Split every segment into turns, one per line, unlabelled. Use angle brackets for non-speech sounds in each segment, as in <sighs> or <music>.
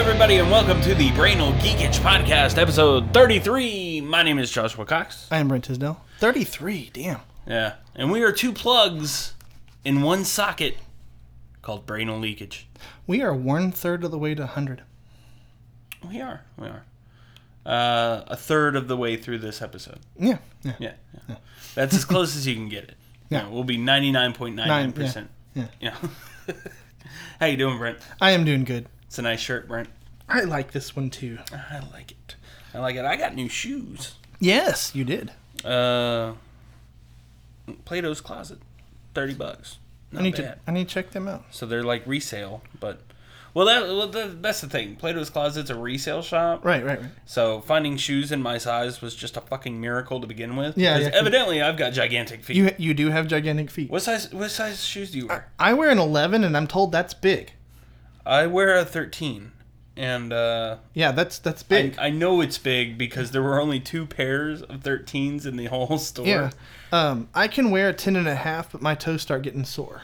everybody, and welcome to the Brainal Geekage Podcast, episode 33. My name is Joshua Cox.
I am Brent Tisdale. 33, damn.
Yeah. And we are two plugs in one socket called Brainal Leakage.
We are one third of the way to 100.
We are. We are. Uh, a third of the way through this episode.
Yeah, yeah.
Yeah. yeah. That's as close as you can get it.
Yeah.
You know, we'll be 99.99%.
Nine,
yeah. <laughs> How you doing, Brent?
I am doing good.
It's a nice shirt, Brent.
I like this one too.
I like it. I like it. I got new shoes.
Yes, you did.
Uh, Plato's Closet, thirty bucks. Not
I need
bad.
to I need to check them out.
So they're like resale, but well, that well, that- that's the thing. Plato's Closet's a resale shop,
Right, right, right.
so finding shoes in my size was just a fucking miracle to begin with.
Yeah,
because
yeah, 'cause-
evidently I've got gigantic feet.
You you do have gigantic feet.
what size What size shoes do you wear?
I wear an 11 and I'm told that's big.
I wear a thirteen, and uh,
Yeah, that's that's
I,
big.
I know it's big because there were only two pairs of thirteens in the whole store.
yeah. Um, I can wear a 10 and a half, but my toes start getting sore.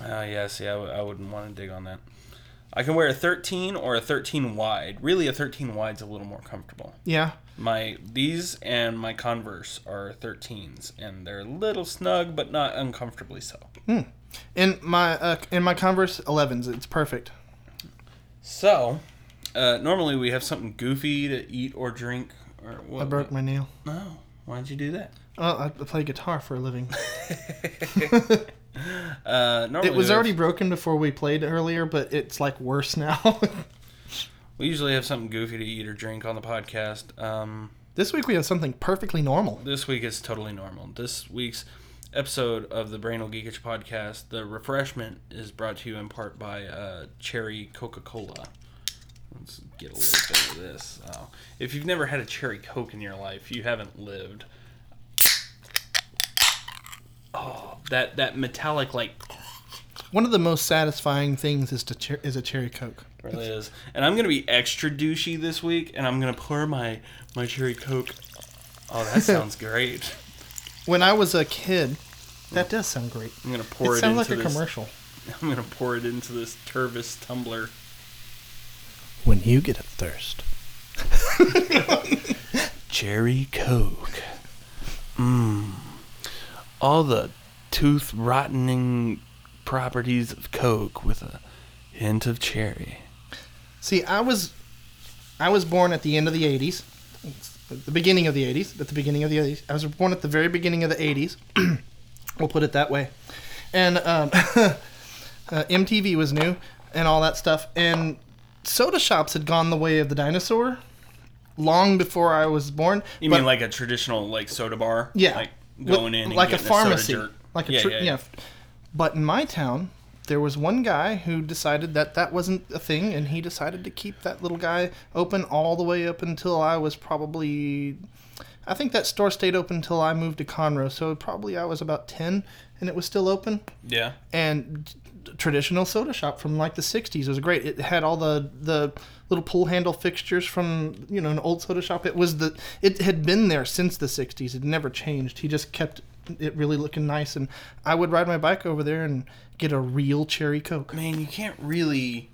Ah, yeah. See, I, w- I wouldn't want to dig on that. I can wear a 13 or a 13 wide. Really, a 13 wide's a little more comfortable.
Yeah.
My these and my Converse are 13s, and they're a little snug, but not uncomfortably so.
In my uh, in my Converse 11s, it's perfect.
So, uh, normally we have something goofy to eat or drink. Or what?
I broke my nail.
No, why'd you do that?
Oh, I play guitar for a living. <laughs>
Uh, normally
It was
we have-
already broken before we played earlier, but it's like worse <laughs> now.
We usually have something goofy to eat or drink on the podcast. Um,
This week we have something perfectly normal.
this week is totally normal. This week's episode of the Brainal Geekage podcast, the refreshment is brought to you in part by uh, Cherry Coca Cola. Let's get a little bit of this. Oh. If you've never had a Cherry Coke in your life, you haven't lived. Oh, that that metallic like
One of the most satisfying things is to cher- is a cherry coke.
really is. And I'm gonna be extra douchey this week, and I'm gonna pour my my Cherry Coke. Oh,
<laughs>
that sounds great.
When I was a kid, that does sound great.
I'm gonna pour it,
it sounds like
into
a
this.
commercial.
<laughs> I'm gonna pour it into this Tervis tumbler.
When you get a
<laughs>
thirst,
Cherry Coke. Mmm. All the tooth rottening properties of Coke with a hint of cherry.
see, I was, I was born at the end of the '80s, It's at the beginning of the '80s, at the beginning of the '80s. I was born at the very beginning of the '80s. <clears throat> we'll put it that way. And um, <laughs> uh, MTV was new and all that stuff. And soda shops had gone the way of the dinosaur long before I was born.
You
but-
mean like a traditional like soda bar?
Yeah.
Like
With-
going in and
like a
getting
pharmacy.
A soda jerk.
Like a
yeah,
tr-
yeah,
yeah,
yeah.
But in my town, there was one guy who decided that that wasn't a thing, and he decided to keep that little guy open all the way up until I was probably. I think that store stayed open until I moved to Conroe, so probably I was about 10 and it was still open.
Yeah.
And t- traditional soda shop from like the 60s was great. It had all the, the little pool handle fixtures from, you know, an old soda shop. It was the it had been there since the 60s. It never changed. He just kept it really looking nice and I would ride my bike over there and get a real cherry coke.
Man, you can't really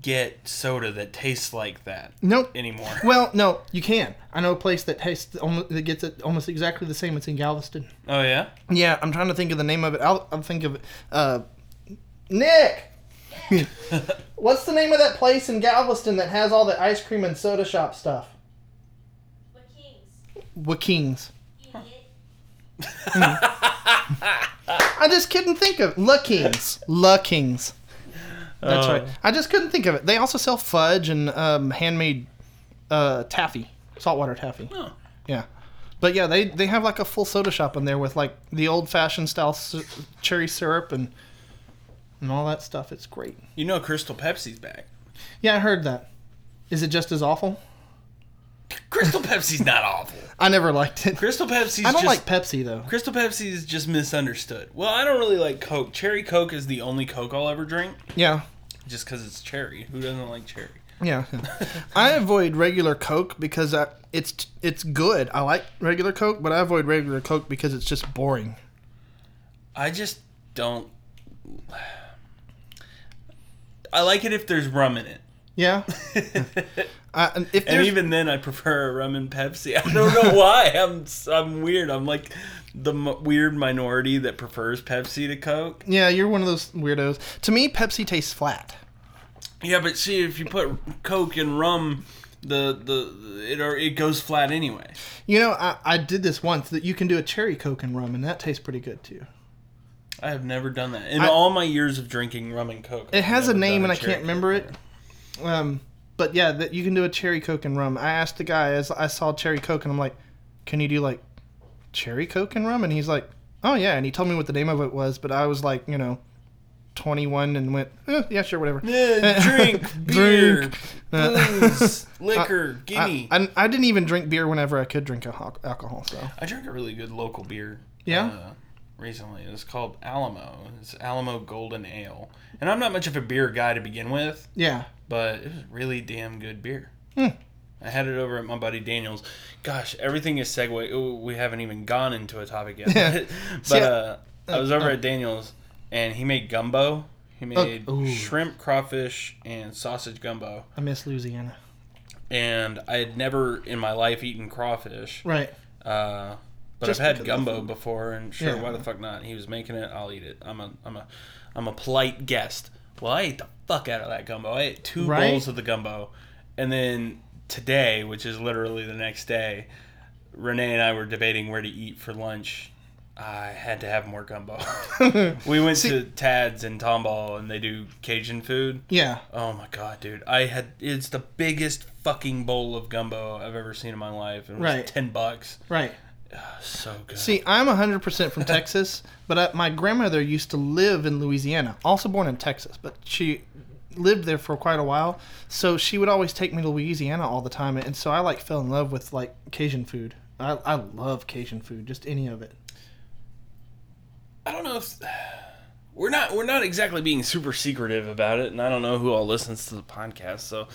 get soda that tastes like that
Nope.
anymore.
Well, no, you can. I know a place that tastes almost, that gets it almost exactly the same. It's in Galveston.
Oh yeah?
Yeah, I'm trying to think of the name of it. I'll, I'll think of it. Uh, Nick! What's the name of that place in Galveston that has all the ice cream and soda shop stuff?
But kings,
Wakings.
idiot.
I just couldn't think of La Kings. La Kings. That's
Oh.
right. I just couldn't think of it. They also sell fudge and um, handmade uh, taffy, saltwater taffy.
Oh.
Yeah. But yeah, they, they have like a full soda shop in there with like the old fashioned style sy- cherry syrup and and all that stuff. It's great.
You know Crystal Pepsi's back.
Yeah, I heard that. Is it just as awful?
Crystal Pepsi's not awful.
I never liked it.
Crystal Pepsi's
I don't
just
like Pepsi though.
Crystal Pepsi is just misunderstood. Well, I don't really like Coke. Cherry Coke is the only Coke I'll ever drink,
Yeah.
just because it's cherry. Who doesn't like cherry?
<laughs> Yeah. I avoid regular Coke because I, it's it's good. I like regular Coke, but I avoid regular Coke because it's just boring.
I just <sighs> don't. I like it <laughs> if there's rum in it.
Yeah. Uh, and if
and
there's-
even then, I prefer rum and Pepsi. I don't know <laughs> why. I'm I'm weird. I'm like the m- weird minority that prefers Pepsi to Coke.
yeah, you're one of those weirdos. To me, Pepsi tastes flat.
Yeah, but see, if you put Coke and rum, the the it or it goes flat anyway.
You know, I, I did this once that you can do a cherry coke and rum, and that tastes pretty good too.
I have never done that in
I-
all my years of drinking rum and Coke.
It
I've
has a
never
name
done
and I
cherry
can't remember
Coke
it. Um, but yeah, that you can do a cherry coke and rum. I asked the guy as I saw cherry coke, and I'm like, "Can you do like cherry coke and rum?" And he's like, "Oh yeah," and he told me what the name of it was, but I was like, you know, 21 and went, eh, "Yeah, sure, whatever."
Yeah,
<laughs>
drink beer,
Drink. <laughs>
booze, liquor, gimme. I,
uh, I, I, I didn't even drink beer whenever I could drink alco- alcohol. So
drank a really good local beer.
Yeah?
uh, recently, it's called Alamo. It's Alamo Golden Ale, and I'm not much of a beer guy to begin with,
yeah,
but it was really damn good beer.
Hmm.
I had it over at my buddy Daniel's. Gosh, everything is segue. Ooh, we haven't even gone into a topic
<laughs>
yet. but
See, I-
uh, I was over
uh, Oh,
at Daniel's, and he made gumbo. He made
ooh.
shrimp, crawfish, and sausage gumbo.
I miss Louisiana.
and I had never in my life eaten crawfish.
Right.
Uh, but I've
Just because of
had
the
gumbo
food.
before, and sure,
Yeah.
why the fuck not? He was making it. I'll eat it. I'm a, I'm a, I'm a polite guest. Well, I ate the fuck out of that gumbo. I ate two
Right?
bowls of the gumbo, and then today, which is literally the next day, Renee and I were debating where to eat for lunch. I had to have more
<laughs>
gumbo. we went to Tad's in Tomball, and they do Cajun food.
Yeah.
Oh my god, dude! I had it's the biggest fucking bowl of gumbo I've ever seen in my life. It was
Right.
ten bucks.
Right.
So good.
See, I'm 100% <laughs> from Texas, but I, my grandmother used to live in Louisiana, also born in Texas, but she lived there for quite a while. So she would always take me to Louisiana all the time, and so I like fell in love with like Cajun food. I, I love Cajun food, just any of it.
I don't know if we're not we're not exactly being super secretive about it, and I don't know who all listens to the podcast, so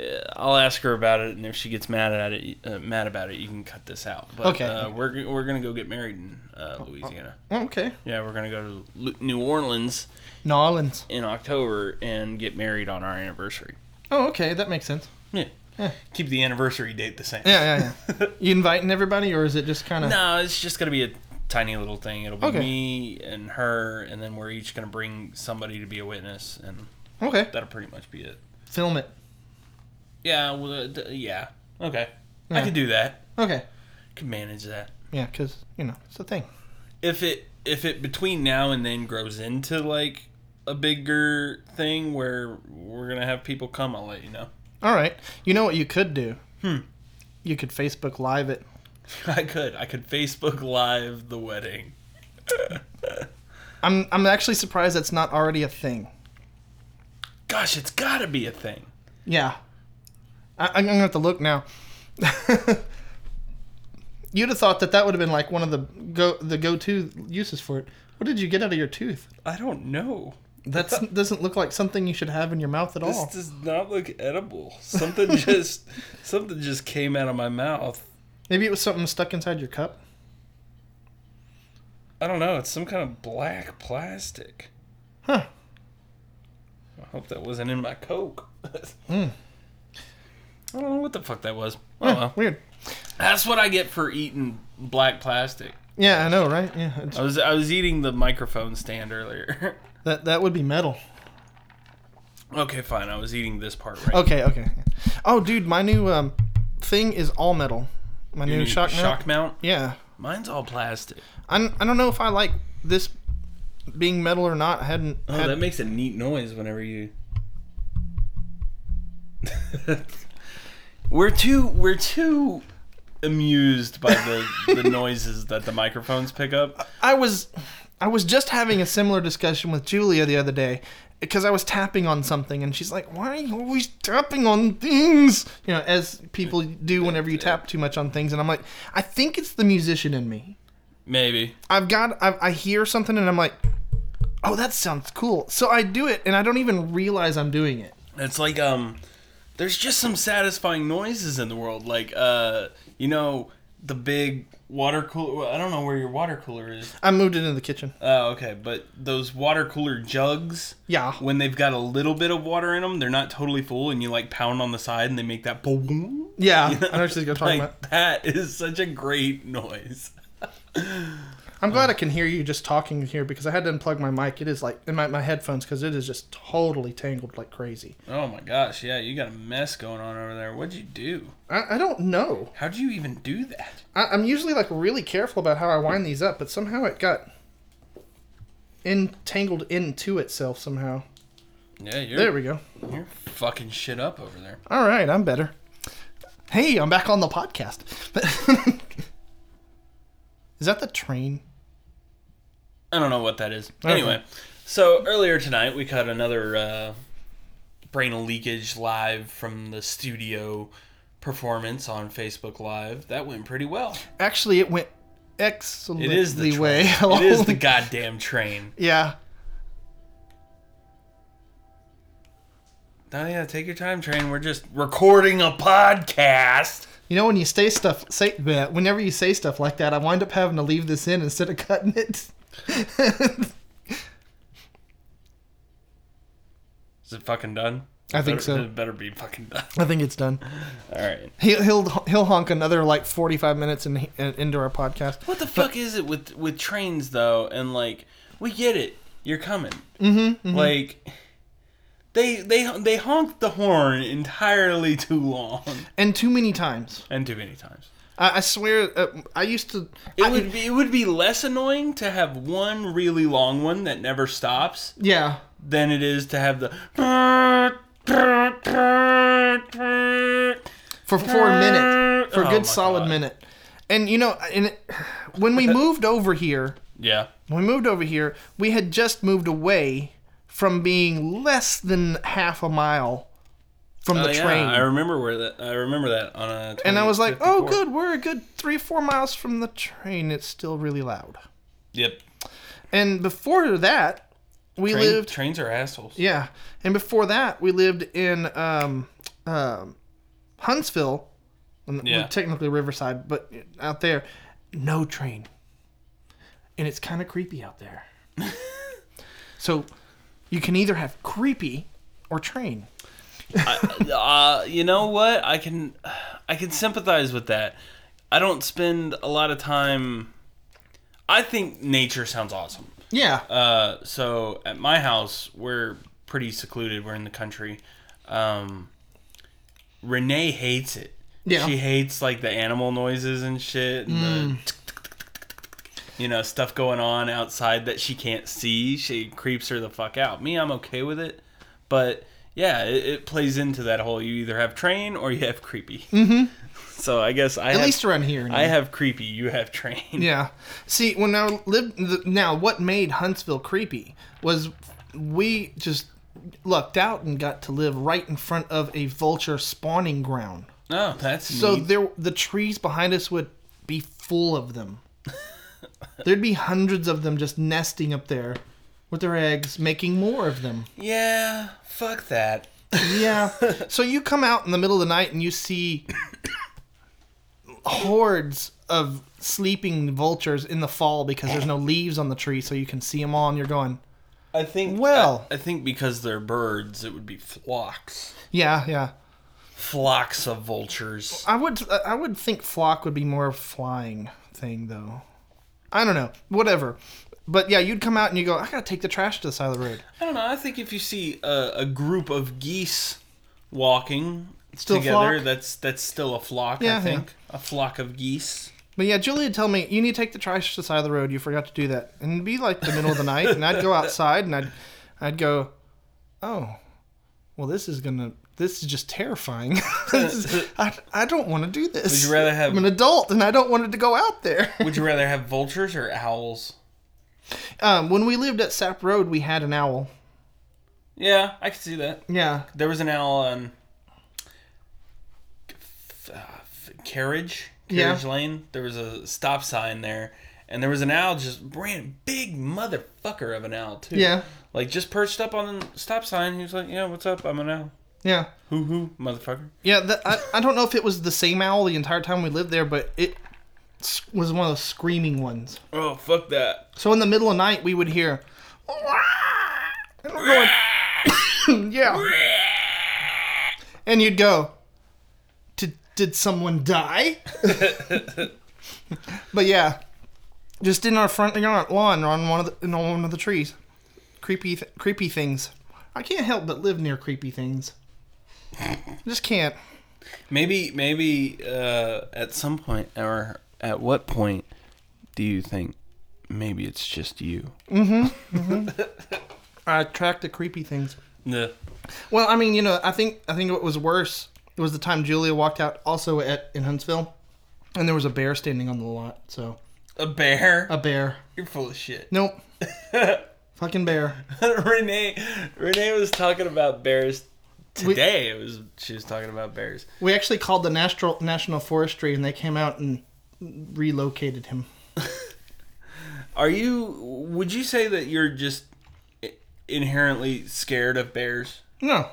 uh, I'll ask her about it, and if she gets mad at it, uh, mad about it, you can cut this out. But,
Okay.
Uh, we're g- we're gonna go get married in uh, Louisiana.
Oh, Okay.
Yeah, we're gonna go to Lu- New Orleans
New Orleans.
in October and get married on our anniversary.
Oh, okay, that makes sense.
Yeah.
Yeah.
Keep the anniversary date the same.
Yeah, yeah, yeah. you inviting everybody, or is it just kind
<laughs>
of.
No, it's just gonna be a tiny little thing. It'll be
Okay.
me and her, and then we're each gonna bring somebody to be a witness, and
Okay,
that'll pretty much be it.
film it.
Yeah, well, uh, d- yeah, okay, I
Yeah.
could do that.
Okay.
Could manage that
Yeah, because, you know, it's a thing.
if it if it between now and then grows into like a bigger thing where we're gonna have people come. I'll let you know. <laughs>
All right. You know what you could do?
Hmm.
You could Facebook Live it.
I could I could Facebook Live the wedding. <laughs>
I'm I'm actually surprised that's not already a thing.
Gosh, it's gotta be a thing.
Yeah, I, I'm gonna have to look now. <laughs> You'd have thought that that would have been like one of the go the go to uses for it. What did you get out of your tooth?
I don't know.
That doesn't look like something you should have in your mouth at
This
all.
does not look edible. Something <laughs> just something just came out of my mouth.
Maybe it was something stuck inside your cup.
I don't know. It's some kind of black plastic.
Huh.
I hope that wasn't in my coke. <laughs> I don't know what the fuck that was.
<laughs>
Oh well.
Weird.
That's what I get for eating black plastic.
Yeah, I know, right? Yeah, it's,
I was I was eating the microphone stand earlier. <laughs>
that that would be metal.
okay, fine. I was eating this part right.
Okay, okay. Oh, dude, my new um thing is all metal. My
You
new
need
shock, mount.
shock mount.
Yeah,
Mine's all plastic.
I'm, I don't know if I like this being metal or not. I hadn't.
Oh,
had,
that makes a neat noise whenever you. <laughs> we're too we're too amused by the the <laughs> noises that the microphones pick up.
I was, I was just having a similar discussion with Julia the other day because I was tapping on something, and she's like, "Why are you always tapping on things?" You know, as people do whenever you tap too much on things, and I'm like, I think it's the musician in me.
Maybe
I've got, i I hear something, and I'm like, "Oh, that sounds cool." So I do it, and I don't even realize I'm doing it.
it's like um, there's just some satisfying noises in the world. Like uh, you know, the big water cooler. I don't know where your water cooler is.
I moved it into the kitchen.
Oh, okay. But those water cooler jugs,
Yeah.
when they've got a little bit of water in them, they're not totally full, and you like pound on the side, and they make that boom. <laughs>
Yeah.
You know?
I know what she's going to talk
like,
about.
That is such a great noise.
I'm glad I can hear you just talking here because I had to unplug my mic. It is like in my, my headphones because it is just totally tangled like crazy.
Oh my gosh, yeah, you got a mess going on over there. What'd you do?
I, I don't know.
How'd you even do that?
I, I'm usually like really careful about how I wind these up, but somehow it got entangled into itself somehow.
Yeah, you're
There we go.
you're fucking shit up over there.
All right, I'm better. Hey, I'm back on the podcast. <laughs> is that the train?
I don't know what that is.
Okay.
Anyway, so earlier tonight we caught another uh, brainal leakage live from the studio performance on Facebook Live. That went pretty well.
Actually, it went excellently
It is the train.
way.
It is the
<laughs> along.
goddamn train.
yeah.
Oh yeah, take your time, train. We're just recording a podcast.
You know, when you say stuff, say that. Whenever you say stuff like that, I wind up having to leave this in instead of cutting it. <laughs>
Is it fucking done?
I think
Better-
so.
It better be fucking done. <laughs>
I think it's done.
All right.
He'll he'll, he'll honk another like forty five minutes in, in, into our podcast.
What the fuck is it with with trains though? And like, we get it. You're coming. Mm-hmm, Like, they they they honk the horn entirely too long
And too many times,
and too many times.
I, I swear, uh, I used to.
It
I-
would be, it would be less annoying to have one really long one that never stops
yeah.
than it is to have the.
for for a minute, for a
Oh my
good solid
God.
minute. And you know, and it, when
<laughs>
we moved over here,
Yeah.
when we moved over here, we had just moved away from being less than half a mile from
Oh,
the
yeah,
train.
I remember where that. I remember that on a.
and I was like, "Oh,
2054.
good, we're a good three, four miles from the train. It's still really loud."
Yep.
And before that, we
Train-
lived
trains are assholes.
Yeah, and before that, we lived in um, um, Huntsville, and-
Yeah.
well, technically Riverside, but out there, no train, and it's kind of creepy out
<laughs>
there. so, you can either have creepy or train.
uh, you know what? I can, I can sympathize with that. I don't spend a lot of time. I think nature sounds awesome.
Yeah,
Uh, so at my house, we're pretty secluded. We're in the country. Um, Renee hates it.
Yeah. Hmm.
She hates like the animal noises and shit, and the you know stuff going on outside that she can't see. She creeps her the fuck out. Me, I'm okay with it, but yeah, it, it plays into that whole. You either have train or you have creepy. Mm-hmm. <laughs> So I guess I
at
have,
least around here.
I have creepy. You have train.
Yeah. See, when I lived the, now, what made Huntsville creepy was we just lucked out and got to live right in front of a vulture spawning ground.
<laughs> Oh, that's
So
neat.
there, the trees behind us would be full of them. There'd be hundreds of them just nesting up there with their eggs, making more of them.
yeah. Fuck that.
Yeah. <laughs> so you come out in the middle of the night and you see hordes of sleeping vultures in the fall because there's no leaves on the tree, so you can see them all, and you're going,
I think
Well-
I, I think because they're birds, it would be flocks,
yeah, yeah.
flocks of vultures.
I would, I would think flock would be more of a flying thing though. I don't know, whatever. But yeah, you'd come out and you go, I gotta take the trash to the side of the road.
I don't know. I think if you see a, a group of geese walking
Still a
together,
flock?
that's that's still a flock. I
Yeah, yeah.
think a flock of geese.
But yeah, Julie would tell me, you need to take the trash to the side of the road. You forgot to do that. And it'd be like the middle of the night. And I'd go outside and I'd, I'd go, oh, well, this is going to, this is just terrifying. <laughs> This is- I, I don't want to do this.
Would you rather have-
I'm an adult and I don't want it to go out there.
Would you rather have vultures or owls?
um, when we lived at Sap Road, we had an owl.
Yeah, I could see that.
Yeah.
There was an owl on f- uh, f- carriage
Yeah.
carriage lane. There was a stop sign there, and there was an owl just ran big motherfucker of an owl too.
Yeah.
like just perched up on the stop sign. He was like, "Yeah, what's up? I'm an owl.
Yeah.
Hoo hoo, motherfucker."
Yeah. That, I, I don't know if it was the same owl the entire time we lived there, but it s- was one of those screaming ones.
Oh, fuck that.
So in the middle of the night, we would hear, and we're going, <coughs> yeah, and you'd go, did did someone die? <laughs> but yeah, just in our front yard lawn, or on one of the in one of the trees, creepy th- creepy things. I can't help but live near creepy things. Just can't.
Maybe, maybe uh, at some point, or at what point do you think maybe it's just you?
I attract the creepy things.
The
Well, I mean, you know, I think I think what was worse was the time Julia walked out also at in Huntsville, and there was a bear standing on the lot. So
a bear?
a bear.
You're full of shit. <laughs>
Nope. Fucking bear.
Renee, Renee was talking about bears today. it was she was talking about bears.
We actually called the national national forestry, and they came out and relocated him.
Are you? Would you say that you're just i- inherently scared of bears?
No.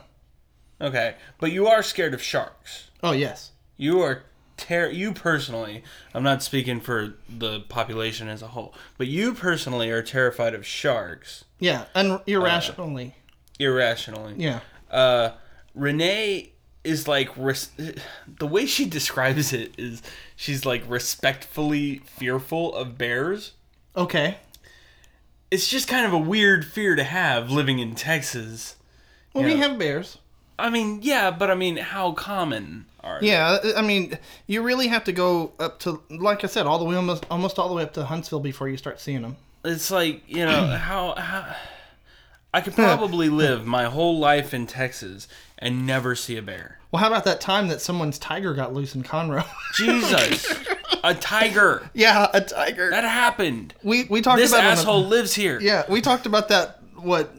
Okay, but you are scared of sharks.
Oh yes.
You are ter- You personally, I'm not speaking for the population as a whole, but you personally are terrified of sharks
Yeah. Un- irrationally.
irrationally.
yeah.
uh, Renee is like res- the way she describes it is she's like respectfully fearful of bears.
Okay.
It's just kind of a weird fear to have living in Texas.
Well, we
Yeah.
have bears.
I mean, yeah, but I mean, how common are they?
Yeah, uh, I- I mean, you really have to go up to, like I said, all the way almost, almost all the way up to Huntsville before you start seeing them.
It's like you
<clears throat>
know how how I could probably live my whole life in Texas and never see a bear.
Well, how about that time that someone's tiger got loose in Conroe? <laughs>
Jesus, a tiger
yeah, a tiger.
that happened.
We we talked
This
about it on the-
asshole lives here.
yeah, we talked about that. What?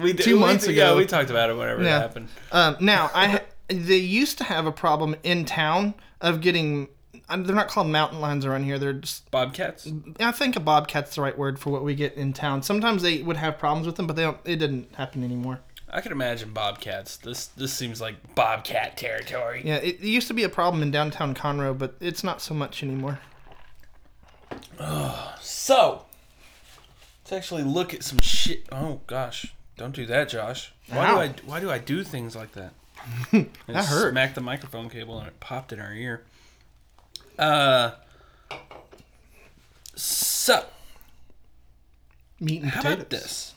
we did,
two months
we,
ago.
Yeah, we talked about it whenever
Yeah.
it happened.
Um, now I ha- they used to have a problem in town of getting. uh, They're not called mountain lions around here. They're just.
Bobcats.
I think a bobcat's the right word for what we get in town. Sometimes they would have problems with them, but they don't. It didn't happen anymore.
I can imagine bobcats. This this seems like bobcat territory.
Yeah, it, it used to be a problem in downtown Conroe, but it's not so much anymore.
So, let's actually look at some shit. Oh gosh, don't do that, Josh. Why
Ow.
do I why do I do things like
<laughs>
that? that
hurt.
Smacked the microphone cable and it popped in our ear. Uh. So,
Meat and
how
potatoes.
about this?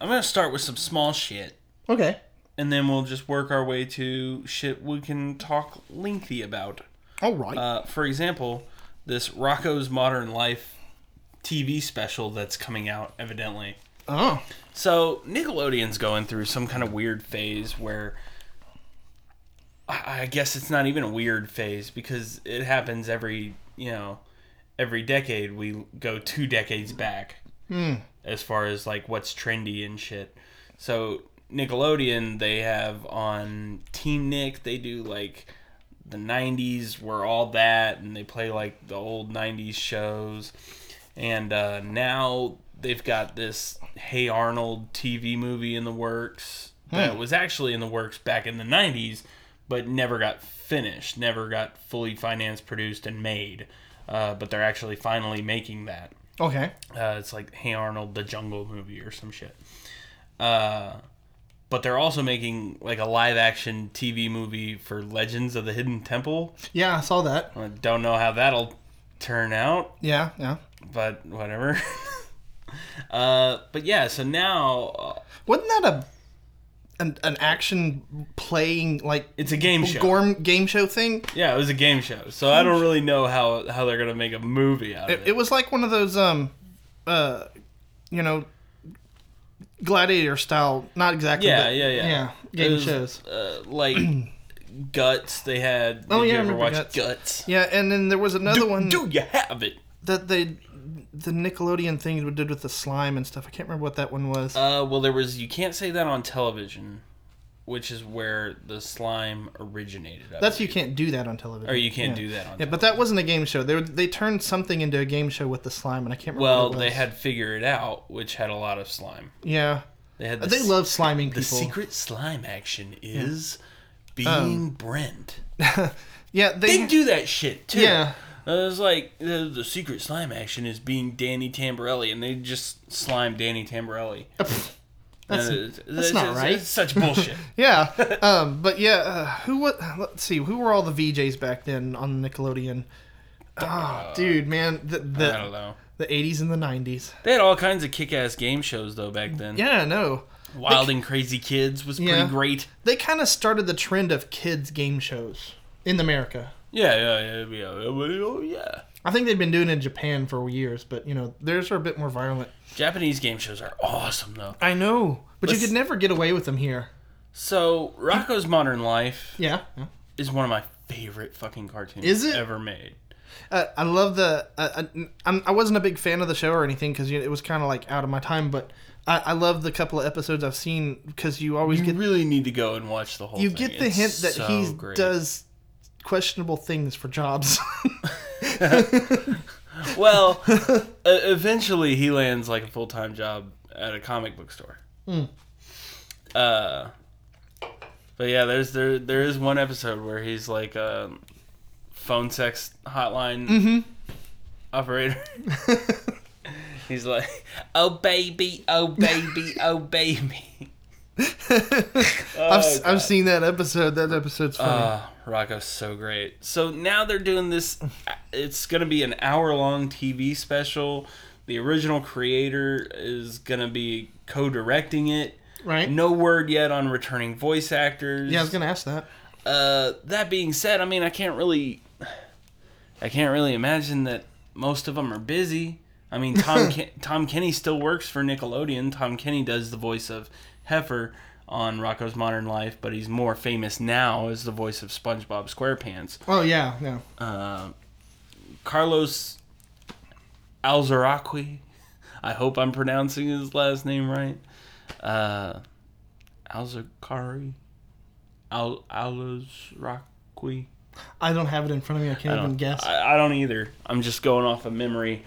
I'm gonna start with some small shit.
Okay.
And then we'll just work our way to shit we can talk lengthy about.
All right.
Uh, for example, this Rocco's Modern Life TV special that's coming out, evidently.
oh.
So Nickelodeon's going through some kind of weird phase where I I guess it's not even a weird phase because it happens every you know every decade. We go two decades back as far as like what's trendy and shit. So Nickelodeon they have on Teen Nick they do like the 90s were all that and they play like the old 90s shows and uh, now they've got this Hey Arnold TV movie in the works that was actually in the works back in the 90s, but never got finished, never got fully financed, produced, and made. Uh, but they're actually finally making that.
Okay.
Uh, it's like Hey Arnold, the Jungle movie, or some shit. Uh, but they're also making like a live action TV movie for Legends of the Hidden Temple.
Yeah, I saw that.
I don't know how that'll turn out
Yeah, yeah.
but whatever. <laughs> uh, but yeah, so now uh,
Wasn't that a an, an action playing like
it's a game show.
gorm game show thing?
yeah, it was a game show. So I don't really know how how they're gonna make a movie out of
It,
it.
it was like one of those um uh you know gladiator style, not exactly.
yeah,
but-
yeah, yeah,
Yeah,
It
game
was,
shows.
Uh, like <clears throat> guts, they had. Did
Oh,
you
yeah, I
ever
remember
watch
Guts.
guts?
Yeah, and then there was another one
Do you have it?
that they the Nickelodeon thing we did with the slime and stuff. I can't remember what that one was.
Uh, well, there was. You can't say that on television, which is where the slime originated. I
That's you
believe.
can't do that on television.
Or you can't
Yeah.
do that on.
Yeah, but that wasn't a game show. They were, they turned something into a game show with the slime, and I can't remember.
well,
what it
they
was.
had figure it out, which had a lot of slime.
yeah.
They had.
They
this-
love sliming people.
The secret slime action is being Brent.
<laughs> Yeah, Um, they.
They do that shit too.
yeah,
It was like the, the secret slime action is being Danny Tamborelli, and they just slime Danny Tamborelli.
That's-
And it's-
that's
it's-
not
it's-
right.
it's such bullshit.
Yeah. um, but yeah, uh, who was? Let's see, who were all the VJs back then on Nickelodeon? Oh, dude, man, <laughs> the
I don't
the,
know.
the 80s and the 90s.
They had all kinds of kick-ass game shows though back then.
Yeah, no,
Wild and Crazy Kids was pretty
Yeah.
great.
they kind of started the trend of kids game shows in America.
Yeah, yeah, yeah, yeah. Oh yeah.
I think they've been doing it in Japan for years, but you know theirs are a bit more violent.
Japanese game shows are awesome though.
I know, but you
Let's-
could never get away with them here.
So Rocco's Modern Life
Yeah, yeah.
is one of my favorite fucking cartoons
Is it?
ever made.
Uh, I love the. Uh, I, I'm- I wasn't a big fan of the show or anything because it was kind of like out of my time, but I, I love the couple of episodes I've seen because you always
You
get
really need to go and watch the whole.
you
thing.
get the
It's
hint that
so
he
great.
does questionable things
<laughs>
for jobs. <laughs>
Well, uh, eventually he lands like a full time job at a comic book store. Uh, but yeah, there's there there is one episode where he's like a phone sex hotline operator. <laughs> he's like, "Oh baby, oh baby, oh baby." <laughs>
I've,
Oh,
s have seen that episode. That episode's funny.
Ah, Rocco's so great. So now they're doing this. It's going to be an hour long TV special. The original creator is going to be co directing it.
right?
No word yet on returning voice actors.
Yeah, I was gonna ask that.
uh, that being said, I mean, I can't really, I can't really imagine that most of them are busy. I mean, Tom Ken- Tom Kenny still works for Nickelodeon. Tom Kenny does the voice of Heifer on Rocco's Modern Life, but he's more famous now as the voice of SpongeBob SquarePants.
Oh yeah, yeah.
Uh, Carlos Alzaraqui, I hope I'm pronouncing his last name right. Uh, Alzacari, Al Alzaraqui.
I don't have it in front of me. I
I
can't even
don't
guess.
I, I don't either. I'm just going off of memory.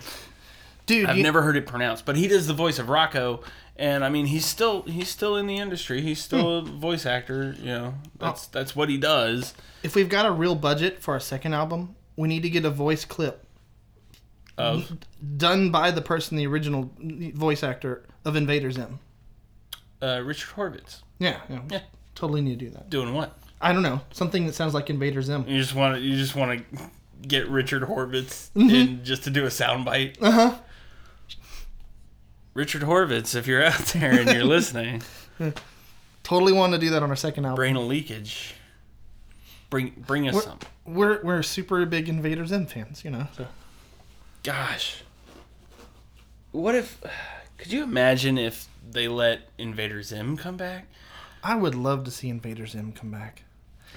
Dude,
I've
you-
never heard it pronounced, but he does the voice of Rocco, and I mean he's still he's still in the industry. He's still a voice actor. You know that's that's what he does.
if we've got a real budget for our second album, we need to get a voice clip
Of
done by the person, the original voice actor of Invader Zim.
uh, Richard Horvitz
Yeah, yeah.
Yeah.
Totally need to do that.
doing what?
I don't know. Something that sounds like Invader Zim.
You just want to you just want to get Richard Horvitz in just to do a soundbite.
Uh huh.
Richard Horvitz, if you're out there and you're listening,
Totally want to do that on our second album.
brain leakage. Bring bring us some.
We're we're super big Invader Zim fans, you know. So
Gosh, what if? Could you imagine if they let Invader Zim come back?
I would love to see Invader Zim come back.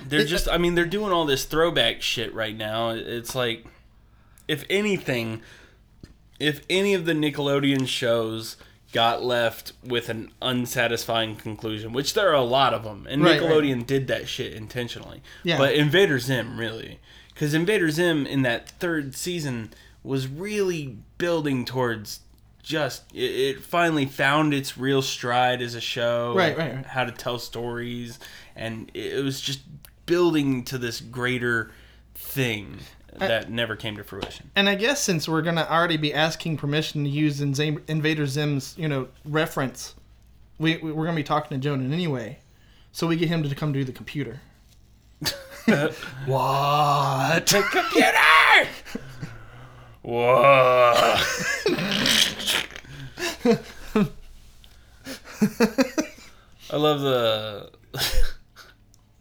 They're
It-
just, I mean, they're doing all this throwback shit right now. It's like, if anything, if any of the Nickelodeon shows got left with an unsatisfying conclusion, which there are a lot of them, and
Right, right.
Nickelodeon did that shit intentionally.
Yeah.
But Invader Zim, really. Because Invader Zim in that third season was really building towards just it, it finally found its real stride as a show
Right, right, right.
how to tell stories and it it was just building to this greater thing that never came to fruition
And I guess since we're gonna already be asking permission to use Inza- Invader Zim's, you know, reference, we, we we're gonna be talking to Jonan anyway, so we get him to come do the computer. <laughs> What?
computer <laughs> whoa i love the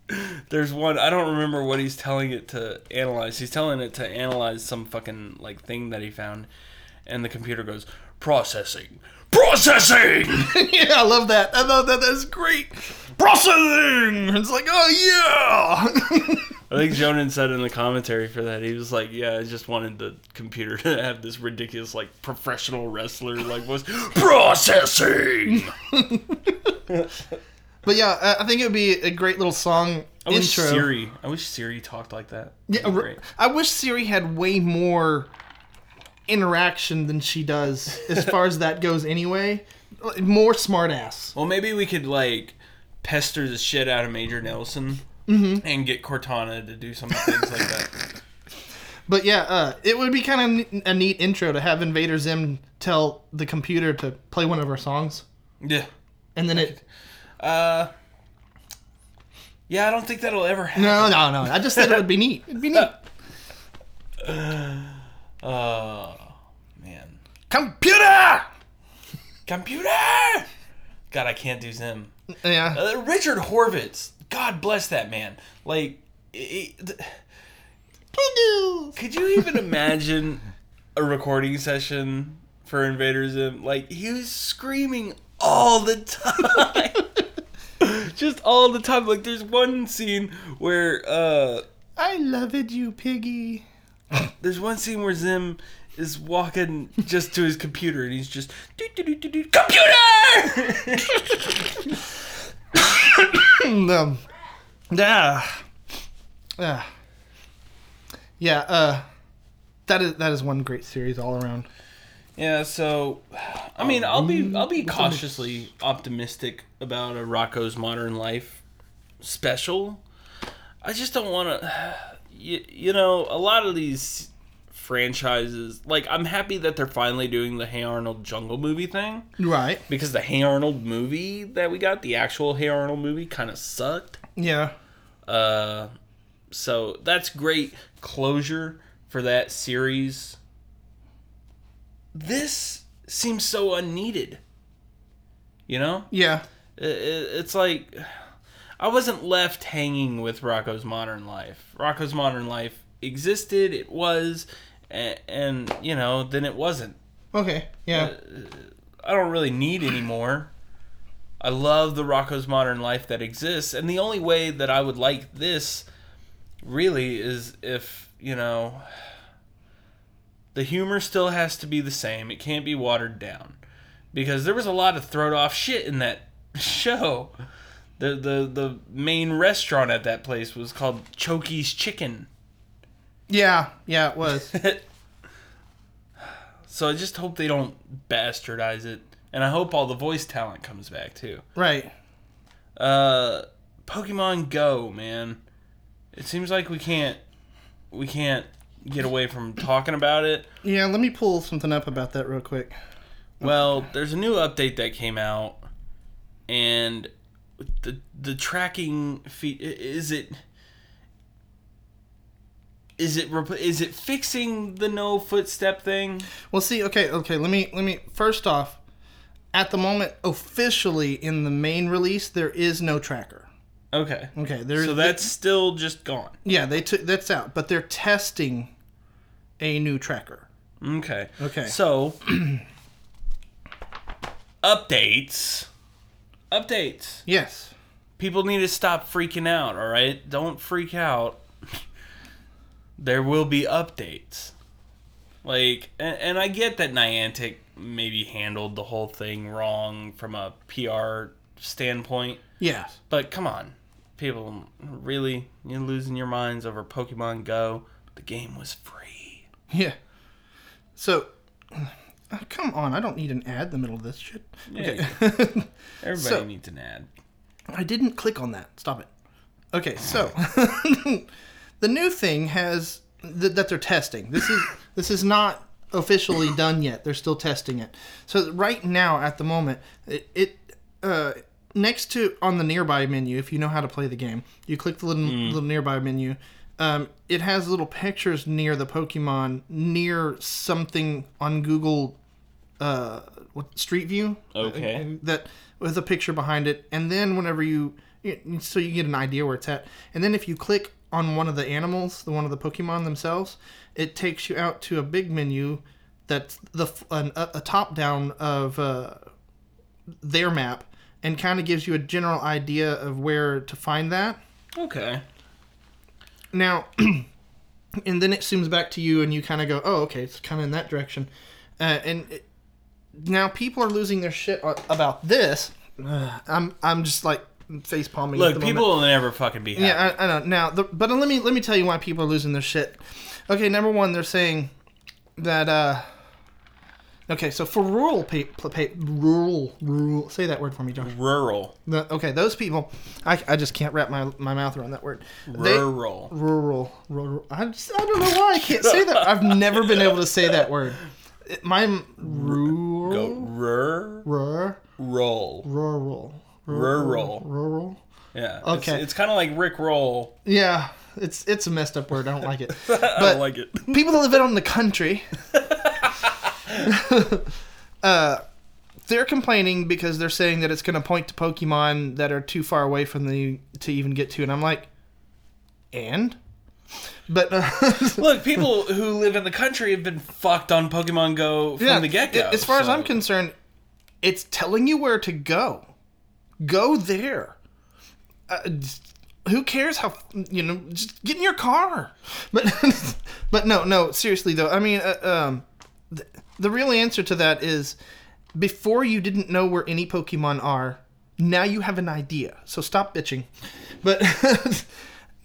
<laughs> there's one i don't remember what he's telling it to analyze he's telling it to analyze some fucking like thing that he found and the computer goes processing processing <laughs>
yeah, I love that. I love that. That's great. Processing. It's like, oh yeah. <laughs>
I think Jonan said in the commentary for that he was like, "Yeah, I just wanted the computer <laughs> to have this ridiculous like professional wrestler like
<laughs>
voice processing."
but yeah, I, I think it would be a great little song
I wish
intro.
Siri, I wish Siri talked like that. That'd
Yeah,
be
r-
great.
I wish Siri had way more interaction than she does as far as that goes anyway. Like, More smart ass.
Well, maybe we could like pester the shit
Mm-hmm. <laughs>
out of Major Nelson and get Cortana to do some things like that.
But yeah, uh, it would be kind of a neat intro to have Invader Zim tell the computer to play one of our songs,
Yeah.
and then <laughs> it.
Uh, yeah, I don't think that'll ever happen.
No, no, no. I just said it would be neat. It'd be neat.
Oh, Uh, man.
Computer.
Computer! God, I can't do Zim.
Yeah.
Uh, Richard Horvitz. God bless that man. Like, i i- th- could you <laughs> even imagine a recording session for Invader Zim? Like, he was screaming all the <laughs> time. Just all the time. Like, there's one scene where, uh,
I loved you, piggy.
There's one scene where Zim is walking just to his computer and he's just do do do do do computer. <laughs>
um, yeah. Yeah. Yeah. Uh, that is that is one great series all around.
yeah, so I mean, I'll be I'll be cautiously optimistic about a Rocco's Modern Life special. I just don't want to you, you know, a lot of these franchises, like I'm happy that they're finally doing the Hey Arnold jungle movie thing
Right.
because the Hey Arnold movie that we got, the actual Hey Arnold movie kind of sucked.
Yeah.
Uh, so that's great closure for that series. This seems so unneeded. You know,
Yeah.
I- i it's like I wasn't left hanging with Rocco's Modern Life. Rocco's Modern Life existed, it was, and, and you know, then it wasn't.
Okay. Yeah.
I don't really need any more. I love the Rocco's Modern Life that exists, and the only way that I would like this really is if, you know, the humor still has to be the same. It can't be watered down. Because there was a lot of throwed off shit in that <laughs> show. The the the main restaurant at that place was called Chokey's Chicken.
Yeah. Yeah.
<laughs>
It was.
so I just hope they don't bastardize it. And I hope all the voice talent comes back too.
right.
Uh, Pokemon Go, man. It seems like we can't we can't get away from talking about it.
Yeah. Let me pull something up about that real quick.
Well, there's a new update that came out, and the the tracking fee i- is it is it repl- is it fixing the no footstep thing?
Well, see, okay, okay. Let me let me first off, at the moment, officially in the main release, there is no tracker.
Okay,
Okay, there's
so that's still just gone.
yeah, they took that's out, but they're testing a new tracker.
Okay.
Okay.
So <clears throat> updates. Updates.
Yes.
People need to stop freaking out, all right? Don't freak out. <laughs> there will be updates. Like and, and I get that Niantic maybe handled the whole thing wrong from a PR standpoint,
Yes.
but come on. People really you're losing your minds over Pokemon Go. The game was free.
Yeah. So, oh, come on, I don't need an ad in the middle of this shit.
Yeah.
<laughs> Okay.
Everybody
So-
needs an ad.
I didn't click on that. Stop it. Okay, so the new thing has th- that they're testing. This is this is not officially done yet. They're still testing it. So right now, at the moment, it, it uh, next to on the nearby menu, if you know how to play the game, you click the little, little nearby menu. Um, it has little pictures near the Pokemon, near something on Google uh, what Street View.
Okay.
That with a picture behind it, and then whenever you, you- so you get an idea where it's at, and then if you click on one of the animals, the one of the Pokemon themselves, it takes you out to a big menu that's the f- an, a, a top down of uh, their map, and kind of gives you a general idea of where to find that.
Okay.
Now, <clears throat> and then it zooms back to you, and you kind of go, "Oh, okay, it's kind of in that direction." Uh, and it, now people are losing their shit a- about this. Ugh, I'm I'm just like face palming.
Look, people will never fucking be happy.
Yeah, I, I know. Now, the, but let me let me tell you why people are losing their shit. Okay, number one, they're saying that uh, Okay, so for rural pa- pla- pa- rural rural say that word for me, Josh.
Rural.
The- okay, those people, I, I just can't wrap my, my mouth around that word. They-
Rural.
rural, rural. I, just, I don't know why I can't say that. I've never been able to say that word. It- Mine
Go
rural,
rur.
rural,
Roll.
rural,
Rural.
rural.
Yeah. it's-
Okay.
It's, kind of like Rick Roll.
Yeah, it's it's a messed up word. I don't like it.
<laughs> I
But-
don't like it.
people that live out in
<laughs>
the country uh, they're complaining because they're saying that it's going to point to pokemon that are too far away from the to even get to and i'm like and but uh, <laughs>
Look, people who live in the country have been fucked on Pokemon Go from
yeah,
the get go.
as far as i'm concerned it's telling you where to go go there uh, who cares how you know just get in your car but <laughs> but no no seriously though i mean uh, um the, the real answer to that is before you didn't know where any pokemon are now you have an idea so stop bitching but <laughs>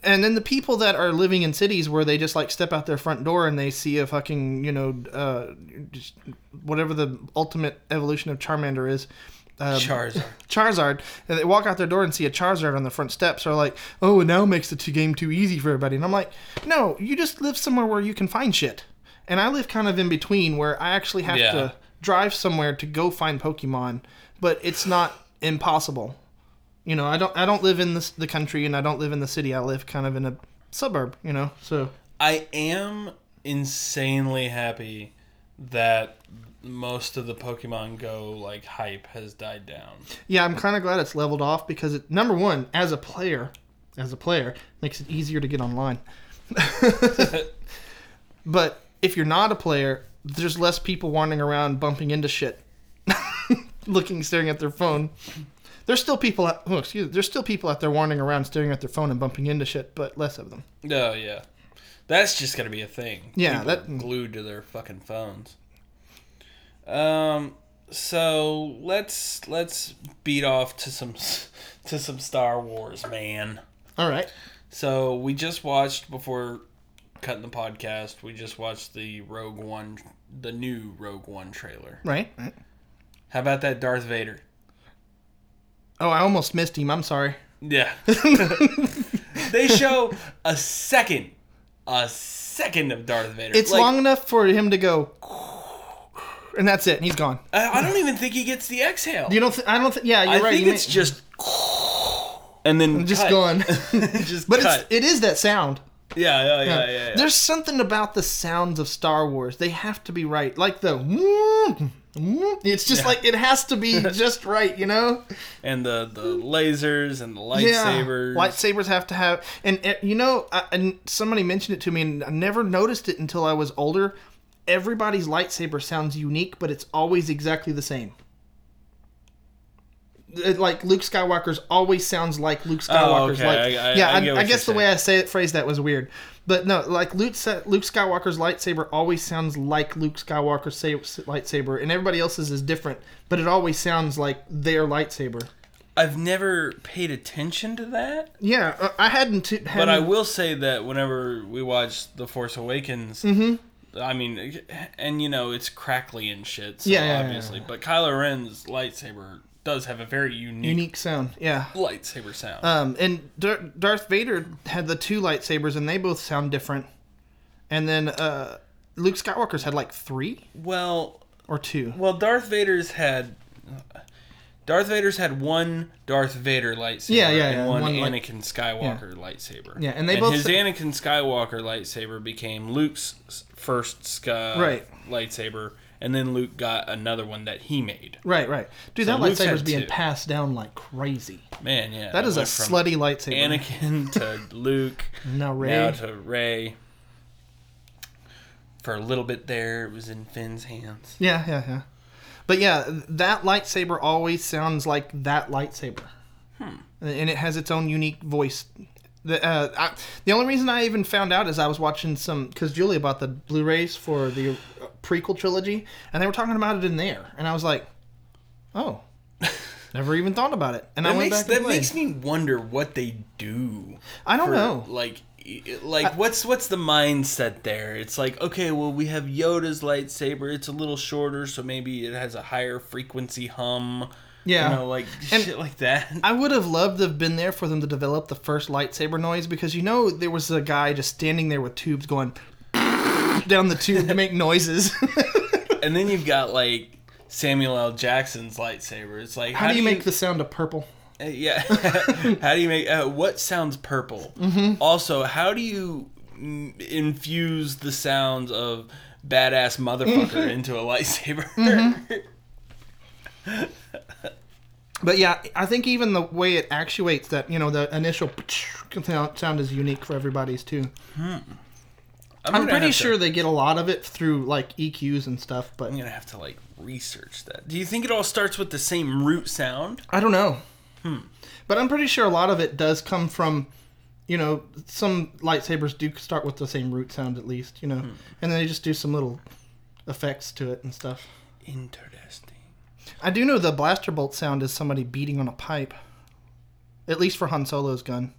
and then the people that are living in cities where they just like step out their front door and they see a fucking you know uh just whatever the ultimate evolution of charmander is um,
Charizard.
<laughs> Charizard, and they walk out their door and see a Charizard on the front steps, are like, "Oh, now it makes the two game too easy for everybody." And I'm like, "No, you just live somewhere where you can find shit." And I live kind of in between, where I actually have
Yeah.
to drive somewhere to go find Pokemon, but it's not impossible. You know, I don't I don't live in this, the country and I don't live in the city. I live kind of in a suburb. You know, so
I am insanely happy that most of the Pokemon Go like hype has died down.
yeah, I'm kind of glad it's leveled off because it, number one, as a player, as a player, makes it easier to
<laughs>
get online. but if you're not a player, there's less people wandering around bumping into shit, <laughs> looking, staring at their phone. There's still people. Out, oh, excuse. There's still people out there wandering around, staring at their phone and bumping into shit, but less of them.
Oh yeah, that's just gonna be a thing.
Yeah,
People
that-
glued to their fucking phones. Um, so let's let's beat off to some <laughs> s- to some Star Wars, man.
All right.
So we just watched before cutting the podcast. We just watched the Rogue One, the new Rogue One trailer.
Right. right.
How about that Darth Vader?
Oh, I almost missed him.
<laughs>
I'm sorry. <laughs>
Yeah. they show a second, a second of Darth Vader.
It's
Like,
long enough for him to go, and that's it. He's gone.
I, I don't even think he gets the exhale.
You don't. Th- I don't think. Yeah, you're
I
right.
think
you
it's
may- <sighs>
just and then
just
cut.
gone. <laughs>
just
but
cut.
it's it is that sound.
yeah, oh, yeah, yeah, yeah. yeah.
There's something about the sounds of Star Wars. They have to be right. Like the <laughs> whoop, whoop. it's just like it has
<laughs>
to be just right, you know?
And the the lasers and the
Yeah.
lightsabers.
Lightsabers have to have and uh, you know, I, and somebody mentioned it to me and I never noticed it until I was older. Everybody's lightsaber sounds unique, but it's always exactly the same. It- like Luke Skywalker's always sounds like Luke Skywalker's.
Oh, okay.
Like,
I- I-
yeah,
I
I,
get
I,
what
guess the
you're
way I say it, phrased that was weird, but no, like Luke sa- Luke Skywalker's lightsaber always sounds like Luke Skywalker's sa- lightsaber, and everybody else's is different, but it always sounds like their lightsaber.
I've never paid attention to that.
Yeah, uh, I hadn't. T-
But
hadn't
I will say that whenever we watch The Force Awakens,
Mm-hmm.
I mean, and you know, it's crackly and shit, so
Yeah, yeah, yeah,
obviously. But Kylo Ren's lightsaber does have a very unique,
unique sound. Yeah.
lightsaber sound.
Um, and Dar- Darth Vader had the two lightsabers, and they both sound different. And then uh, Luke Skywalker's had like three
well,
or two.
well, Darth Vader's had. Darth Vader's had one Darth Vader lightsaber
Yeah, yeah, yeah,
and one,
one light-
Anakin Skywalker lightsaber.
Yeah, and they both
his
sa-
Anakin Skywalker lightsaber became Luke's s- first sky
Right.
lightsaber, and then Luke got another one that he made.
Right, right, dude. that
Luke's
lightsaber's
had
being
two.
passed down like crazy.
Man, yeah.
That is a
went from
slutty lightsaber. <laughs>
Anakin to Luke,
Now Ray.
now to Ray. For a little bit there, it was in Finn's hands.
Yeah, yeah, yeah. But yeah, th- that lightsaber always sounds like that lightsaber. Hmm. And it has its own unique voice. The, uh, I, the only reason I even found out is I was watching some because Julia bought the Blu-rays for the uh, prequel trilogy, and they were talking about it in there, and I was like,
<laughs>
"Oh, never even thought about it." And I
That
went
makes
back. and
that
played.
makes me wonder what they do.
I don't
for,
know.
Like like what's what's the mindset there it's like okay well we have yoda's lightsaber it's a little shorter so maybe it has a higher frequency hum
Yeah.
you know like
And-
shit like that
I would have loved to have been there for them to develop the first lightsaber noise because you know there was a guy just standing there with tubes going <laughs> down the tube to make noises.
<laughs>
<laughs>
and then you've got like samuel l jackson's lightsaber it's like
How do you make the sound of purple?
Uh,
<laughs>
yeah <laughs> how do you make uh, what sounds purple
Mm-hmm.
also how do you mm, infuse the sounds of badass
<laughs>
motherfucker into a lightsaber
Mm-hmm.
<laughs>
But yeah, I think even the way it actuates that, you know, the initial <laughs> sound is unique for everybody's too. I'm
gonna have
pretty
to-
sure they get a lot of it through like EQs and stuff, but
I'm gonna have to like research that. Do you think it all starts with the same root sound?
I don't know. Hmm. But I'm pretty sure a lot of it does come from, you know, some lightsabers do start with the same root sound at least, you know, and then they just do some little effects to it and stuff.
Interesting.
I do know the blaster bolt sound is somebody beating on a pipe, at least for Han Solo's gun.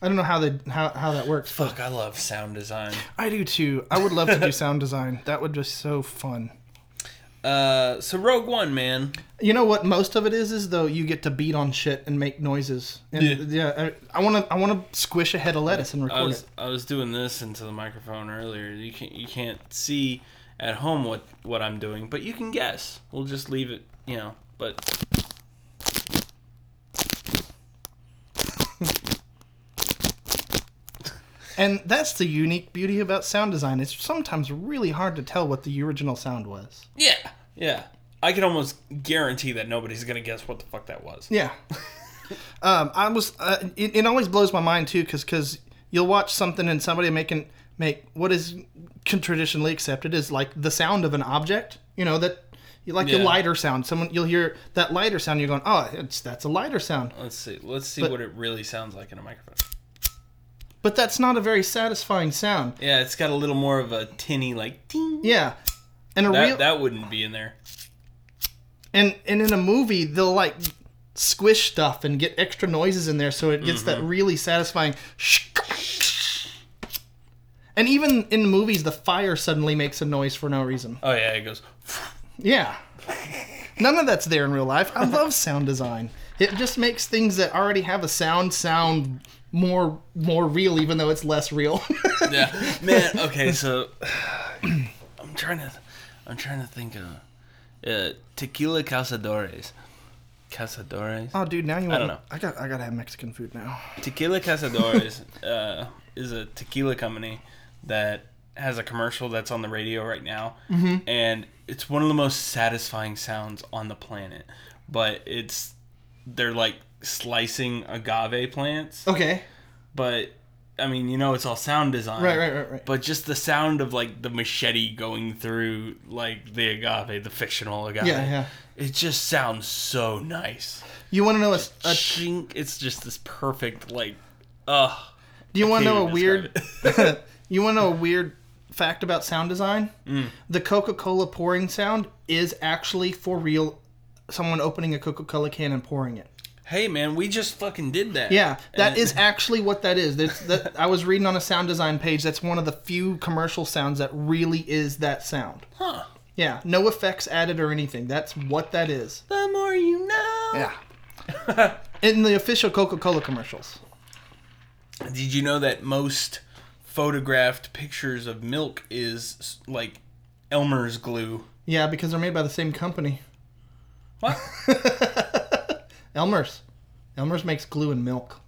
I don't know how they how, how that works.
Fuck, I love sound design.
I do too. I would love <laughs> to do sound design. That would just so fun.
Uh, so Rogue One, man.
You know what? Most of it is is though you get to beat on shit and make noises. And
Yeah.
yeah, I want to I want to squish a head of lettuce and
I
record
was
it.
I was doing this into the microphone earlier. You can't you can't see at home what what I'm doing, but you can guess. We'll just leave it, you know. But
And that's the unique beauty about sound design. It's sometimes really hard to tell what the original sound was.
yeah, yeah. I can almost guarantee that nobody's gonna guess what the fuck that was.
Yeah. <laughs> um, I was. Uh, it, it always blows my mind too, because you'll watch something and somebody making make what is con- traditionally accepted is like the sound of an object. You know that. You like
Yeah.
the lighter sound. Someone you'll hear that lighter sound. You're going, oh, it's that's a lighter sound.
Let's see. Let's see what it really sounds like in a microphone.
But that's not a very satisfying sound.
Yeah, it's got a little more of a tinny like ding.
Yeah. And a
That
real
that wouldn't be in there.
and and in a movie they'll like squish stuff and get extra noises in there so it gets
Mm-hmm.
that really satisfying and even in movies the fire suddenly makes a noise for no reason
Oh yeah, it goes.
yeah none of that's there in real life i love sound design it just makes things that already have a sound sound more more real even though it's less real
<laughs> Yeah, man. Okay, so <sighs> I'm trying to, I'm trying to think of uh, tequila cazadores, cazadores.
<laughs> oh dude now you want
don't know.
i got i gotta have mexican food now
Tequila Cazadores <laughs> uh, is a tequila company that has a commercial that's on the radio right now, and it's one of the most satisfying sounds on the planet. But it's they're like slicing agave plants,
okay
but I mean, you know, it's all sound design,
right right right right
But just the sound of like the machete going through like the agave, the fictional agave.
Yeah, yeah.
It just sounds so nice.
you want to know a,
A
a
chink, it's just this perfect like, ugh.
Do you want to
can't
know a
even
weird? <laughs> you want to know a weird fact about sound design?
Mm.
The Coca-Cola pouring sound is actually for real. Someone opening a Coca-Cola can and pouring it.
<laughs> Hey man, we just fucking did that.
Yeah, that
And-
is actually what that is. That's, that I was reading on a sound design page. That's one of the few commercial sounds that really is that sound.
Huh.
Yeah, no effects added or anything. That's what that is.
The more you know.
Yeah. <laughs> In the official Coca-Cola commercials.
Did you know that most photographed pictures of milk is s- like Elmer's glue?
Yeah, because they're made by the same company. <laughs>
What?
Elmer's. Elmer's makes glue and milk.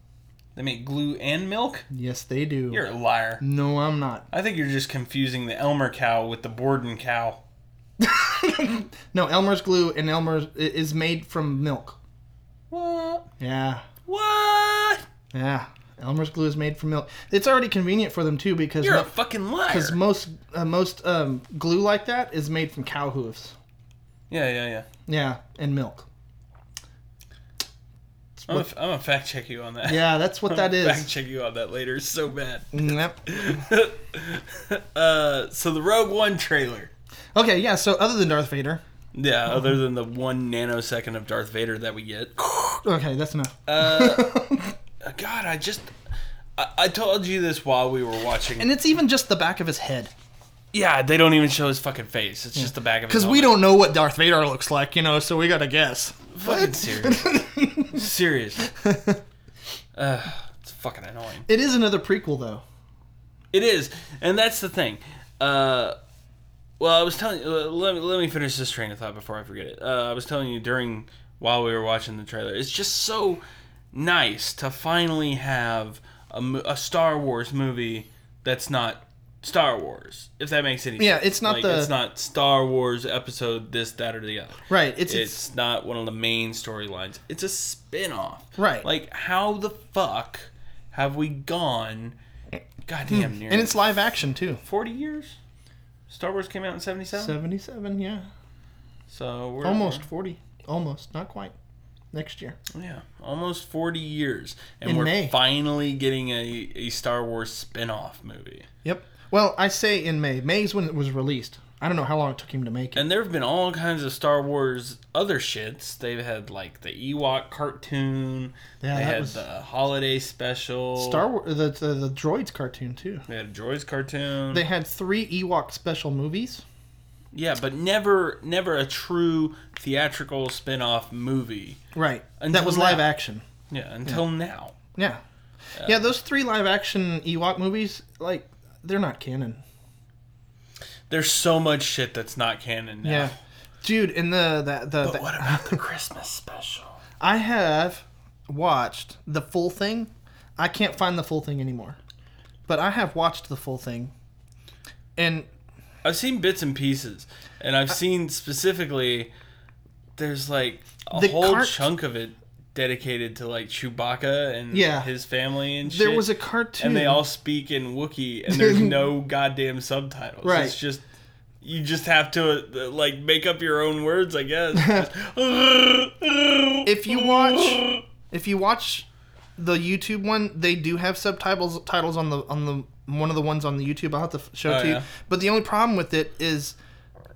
they make glue and milk?
Yes, they do.
You're a liar.
No, I'm not. <laughs>
I think you're just confusing the Elmer cow with the Borden cow.
No, Elmer's glue and Elmer's i- is made from milk.
What?
Yeah,
What?
yeah. Elmer's glue is made from milk. It's already convenient for them too because
You're a fucking liar.
because most uh, most um, glue like that is made from cow hooves.
Yeah, yeah, yeah.
Yeah, and milk.
I'm gonna, I'm gonna fact check you on that.
Yeah, that's what
<laughs>
that
Fact
is. Mm,
check you on that later. It's so bad.
Yep.
uh, so the Rogue One trailer.
Okay, yeah. So other than Darth Vader,
Yeah,
Uh-huh.
other than the one nanosecond of
<laughs>
Darth Vader that we get.
okay, that's enough.
Uh, God, Uh, I just I, I told you this while we were watching.
<laughs> And it's even just the back of his head.
yeah, they don't even show his fucking face. It's just the back of his
Because we
helmet.
don't know what Darth Vader looks like, you know, so we gotta guess.
Fucking serious. serious. Ugh, it's fucking annoying.
<laughs> It is another prequel, though.
It is, and that's the thing. Uh, well, I was telling you. Let me let me finish this train of thought before I forget it. Uh, I was telling you during while we were watching the trailer. It's just so nice to finally have a, mo- a Star Wars movie that's not Star Wars. If that makes any
Yeah,
sense.
it's not
like,
the-
it's not Star Wars episode this that or the other.
Right. It's,
It's,
it's,
not one of the main storylines. It's a spin-off.
Right.
Like how the fuck have we gone goddamn near
Hmm. and it's live action too.
40 years? Star Wars came out in 77?
Seventy-seven, yeah,
so we're
almost forty, almost, not quite. Next year,
yeah, almost 40 years and
In
we're
May.
finally getting a, a Star Wars spin-off movie.
yep. Well, I say in May. May's when it was released. I don't know how long it took him to make it.
And there've been all kinds of Star Wars other shits. They've had like the Ewok cartoon,
Yeah,
they
that
had
was-
the holiday special,
Star Wars, the, the the droids cartoon too.
they had a Droids cartoon.
They had three Ewok special movies.
Yeah, but never never a true theatrical spin-off movie.
Right. And that
Until
was live
now.
action.
Yeah, until now.
Yeah. yeah. those three live action Ewok movies, like, they're not canon.
There's so much shit that's not canon now.
Yeah. Dude, in the the, the,
But
the
what about the Christmas special?
I have watched the full thing. I can't find the full thing anymore. But I have watched the full thing. And
I've seen bits and pieces, and I've seen specifically there's like a
The
whole
cart-
chunk of it dedicated to like Chewbacca and
Yeah.
his family and shit.
there was a cartoon.
and they all speak in Wookiee, and
<laughs>
there's no goddamn subtitles.
Right.
It's just you just have to uh, like make up your own words, I guess.
<laughs>
Just- <laughs>
if you watch if you watch the YouTube one, they do have subtitles titles on the on the one of the ones on the YouTube. I'll have to f- show it
Oh,
to you.
yeah.
But the only problem with it is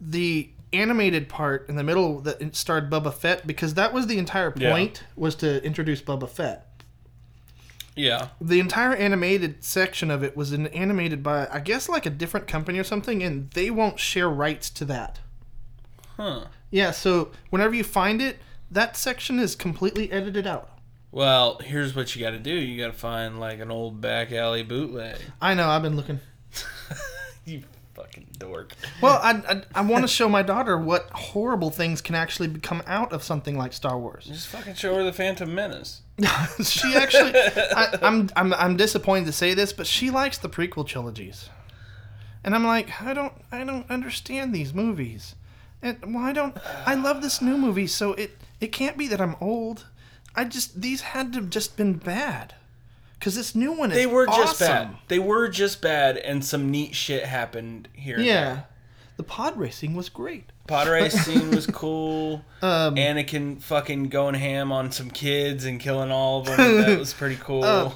the animated part in the middle that it starred Bubba Fett because that was the entire
Yeah.
point was to introduce Bubba Fett.
yeah,
The entire animated section of it was in, animated by I guess like a different company or something, and they won't share rights to that.
huh?
Yeah, so whenever you find it, that section is completely edited out.
Well, here's what you got to do. You got to find like an old back alley bootleg. <laughs>
I know, I've been looking.
you fucking dork.
Well, I, I, I want to show my daughter what horrible things can actually come out of something like
<laughs>
Star Wars.
Just fucking show her the Phantom Menace.
she actually, I, I'm, I'm, I'm disappointed to say this, but she likes the prequel trilogies, and I'm like, I don't, I don't understand these movies, and why don't I love this new movie? So it, it can't be that I'm old. I just these had to have just been bad, because this new one is
They were just bad.
awesome.
They were just bad, and some neat shit happened here. and
Yeah,
there.
the pod racing was great.
pod
<laughs>
race scene was cool.
Um,
Anakin fucking going ham on some kids and killing all of
<laughs>
them. That was pretty cool.
Uh,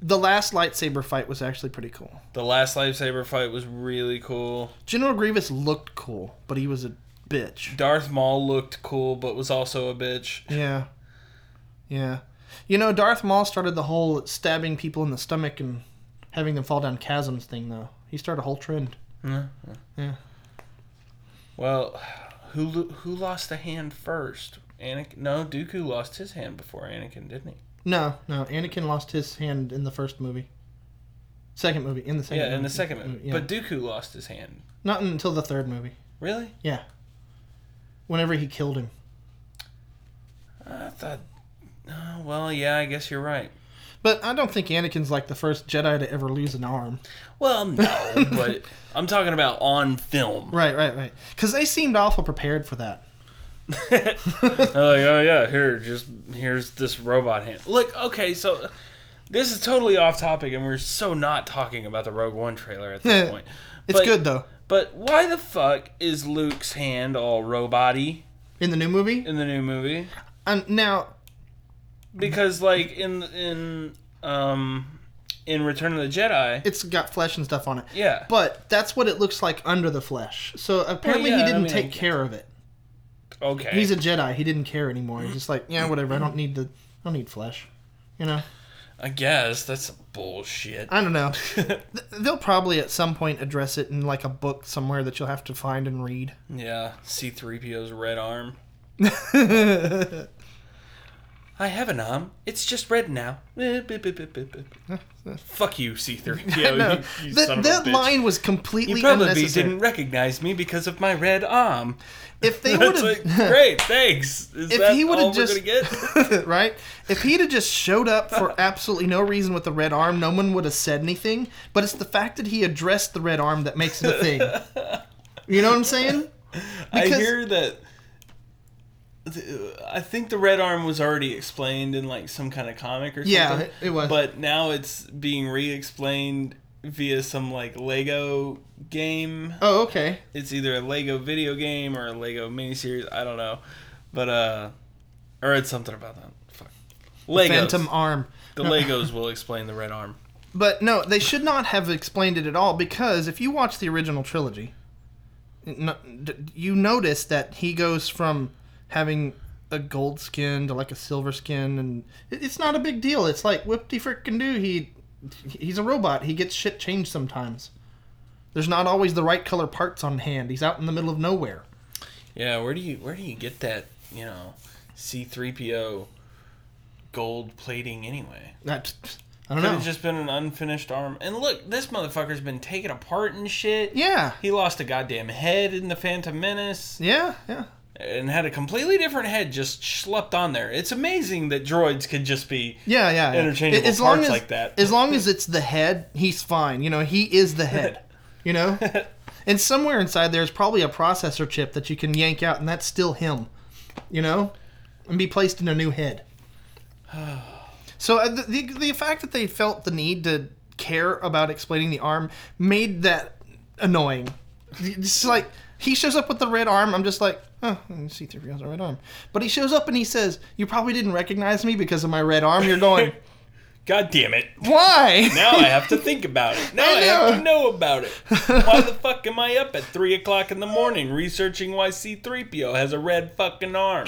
the last lightsaber fight was actually pretty cool.
the last lightsaber fight was really cool.
General Grievous looked cool, but he was a bitch.
Darth Maul looked cool, but was also a bitch.
Yeah. Yeah. You know, Darth Maul started the whole stabbing people in the stomach and having them fall down chasms thing, though. He started a whole trend.
Well, who lo- who lost a hand first? Anakin? No, Dooku lost his hand before Anakin, didn't he?
No, no. Anakin lost his hand in the first movie. Second movie. In the second
yeah, in the second movie.
Yeah.
But Dooku lost his hand.
Not until the third movie.
Really?
Yeah. Whenever he killed him.
I thought. Oh, well, yeah, I guess you're right.
But I don't think Anakin's like the first Jedi to ever lose an arm.
Well, <laughs> no, but I'm talking about on <laughs> film.
Right, right, right. Because they seemed awful prepared for that. <laughs>
They're like, oh yeah, here, just here's this robot hand. Look, okay, so this is totally off topic, and we're so not talking about the Rogue One trailer at <laughs> this point.
It's
But-
good, though.
But why the fuck is Luke's hand all roboty
In the new movie?
in the new movie?
Um, now,
Because like in in um in Return of the Jedi,
it's got flesh and stuff on it.
yeah,
But that's what it looks like under the flesh. So apparently
yeah,
he
I
didn't
mean, I
take
get
care of it.
okay,
He's a Jedi. He didn't care anymore. He's just like, yeah, whatever. I don't need the, I don't need flesh. You know.
I guess that's bullshit.
I don't know. Th- They'll probably at some point address it in like a book somewhere that you'll have to find and read.
<laughs> yeah, C3PO's red arm.
<laughs>
I have an arm. It's just red now. Eh, beep, beep, beep, beep, beep. Fuck you,
<laughs>
C3PO.
no,
you, you
that,
son of a
that
bitch.
line was completely
You probably
unnecessary.
didn't recognize me because of my red arm. <laughs>
If they would
That's
have,
like,
<laughs>
great, thanks. Is
if
that
he would
all
have
we're
just,
gonna
<laughs>
get?
right? If he'd have just showed up for absolutely no reason with the red arm, no one would have said anything. But it's the fact that he addressed the red arm that makes it a thing. you know what I'm saying?
<laughs> I
Because-
hear that. th- I think the red arm was already explained in like some kind of comic or something.
Yeah, it- it was.
But now it's being re-explained via some like Lego game.
Oh, okay.
It's either a Lego video game or a Lego miniseries. I don't know, but uh, or it's something about that. Fuck. Legos.
Phantom arm.
The Legos will explain the red arm.
But no, they should not have explained it at all because if you watch the original trilogy, n- d- you notice that he goes from having a gold skin to like a silver skin, and it- it's not a big deal. It's like whoop de frickin' do. He he's a robot. He gets shit changed sometimes. There's not always the right color parts on hand. He's out in the middle of nowhere.
Yeah, where do you where do you get that you know C three PO gold plating anyway?
That I don't
Could
know.
have just been an unfinished arm. And look, this motherfucker's been taken apart and shit.
yeah,
He lost a goddamn head in the Phantom Menace
yeah, yeah.
and had a completely different head just schlepped on there. It's amazing that droids could just be.
Yeah, yeah, yeah.
Interchangeable
as long
parts
as,
like that.
As long as it's the head, he's fine. You know, he is the
<laughs>
head. You know, and somewhere inside there's probably a processor chip that you can yank out, and that's still him. You know, and be placed in a
<sighs>
new head. So uh, the, the the fact that they felt the need to care about explaining the arm made that annoying. It's like he shows up with the red arm. I'm just like, oh, see three has a red arm. But he shows up and he says, "You probably didn't recognize me because of my red arm."
<laughs>
You're going,
God damn it.
why?
Now I have to think about
<laughs>
it. Now I,
I
have to
know.
know about it. Why the fuck am I up at 3 o'clock in the morning researching why C3PO has a red fucking arm?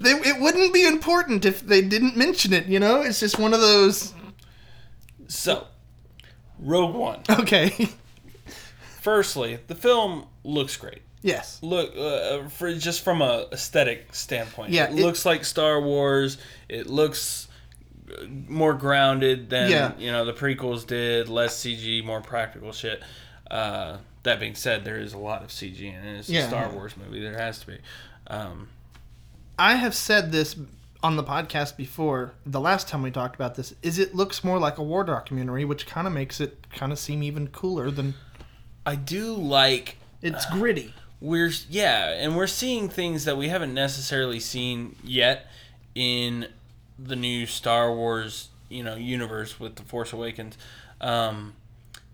They, it wouldn't be important if they didn't mention it. You know, it's just one of those.
So, Rogue One.
Okay. <laughs>
Firstly, the film looks great.
yes.
Look, uh, for just from a aesthetic standpoint,
Yeah,
it,
it-
looks like Star Wars. It looks uh, more grounded than
Yeah.
you know the prequels did. Less CG, more practical shit. Uh, that being said, there is a lot of CG in it. It's a
Yeah.
Star Wars movie. There has to be. Um,
I have said this on the podcast before. The last time we talked about this is it looks more like a war documentary, which kind of makes it kind of seem even cooler than
I do like
it's gritty.
we're yeah, and we're seeing things that we haven't necessarily seen yet in the new Star Wars, you know, universe with the Force Awakens. Um,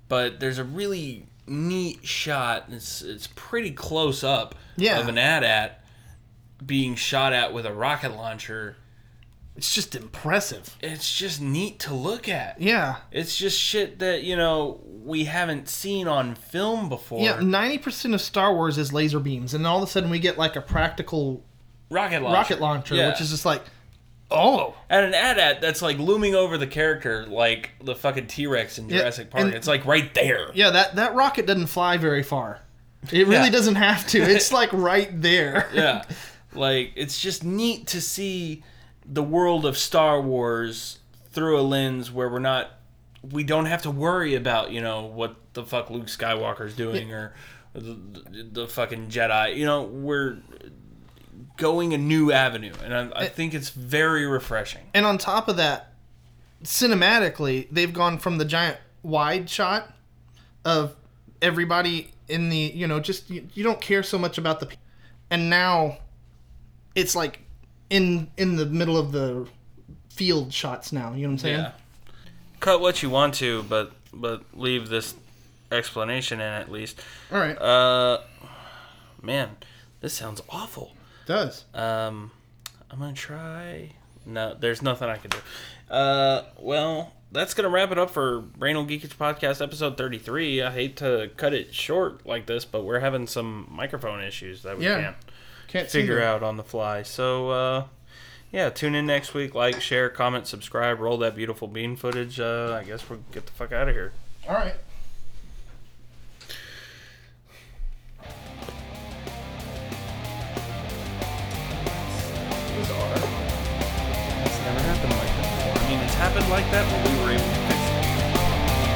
but there's a really neat shot. and It's it's pretty close up
Yeah.
of an AT-AT being shot at with a rocket launcher.
It's just impressive.
It's just neat to look at.
Yeah.
It's just shit that you know we haven't seen on film before.
Yeah, ninety percent of Star Wars is laser beams, and all of a sudden we get like a practical
Rocket launcher.
rocket launcher,
Oh, Yeah.
which is just like, oh,
at an AT-AT that's like looming over the character, like the fucking T Rex in
Yeah,
Jurassic Park.
and-
it's like right there.
yeah, that that rocket doesn't fly very far. It really
Yeah.
doesn't have
<laughs>
to. It's like right there.
Yeah. like it's just neat to see the world of Star Wars through a lens where we're not, we don't have to worry about you know what the fuck Luke Skywalker's doing or the, the, the fucking Jedi. You know we're going a new avenue, and
Eh.
I, I think it's very refreshing.
And on top of that, cinematically, they've gone from the giant wide shot of everybody in the, you know, just you, you don't care so much about the pe- and now it's like in in the middle of the field shots now, you know what I'm saying?
Yeah. Cut what you want to, but but leave this explanation in at least.
All right.
Uh, man, this sounds awful.
does.
Um, I'm gonna try. No, there's nothing I can do. Uh, well, that's gonna wrap it up for Brainal Geekage Podcast episode 33. I hate to cut it short like this, but we're having some microphone issues that we
Yeah.
can't
Can't
figure out
out.
on the fly. So, uh, yeah, tune in next week. Like, share, comment, subscribe. Roll that beautiful bean footage. Uh, I guess we'll get the fuck out of here.
All right.
Bizarre. It's never happened like that before. I mean, it's happened like that, but we were able to fix it.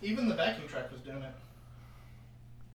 Even the backing track was doing it.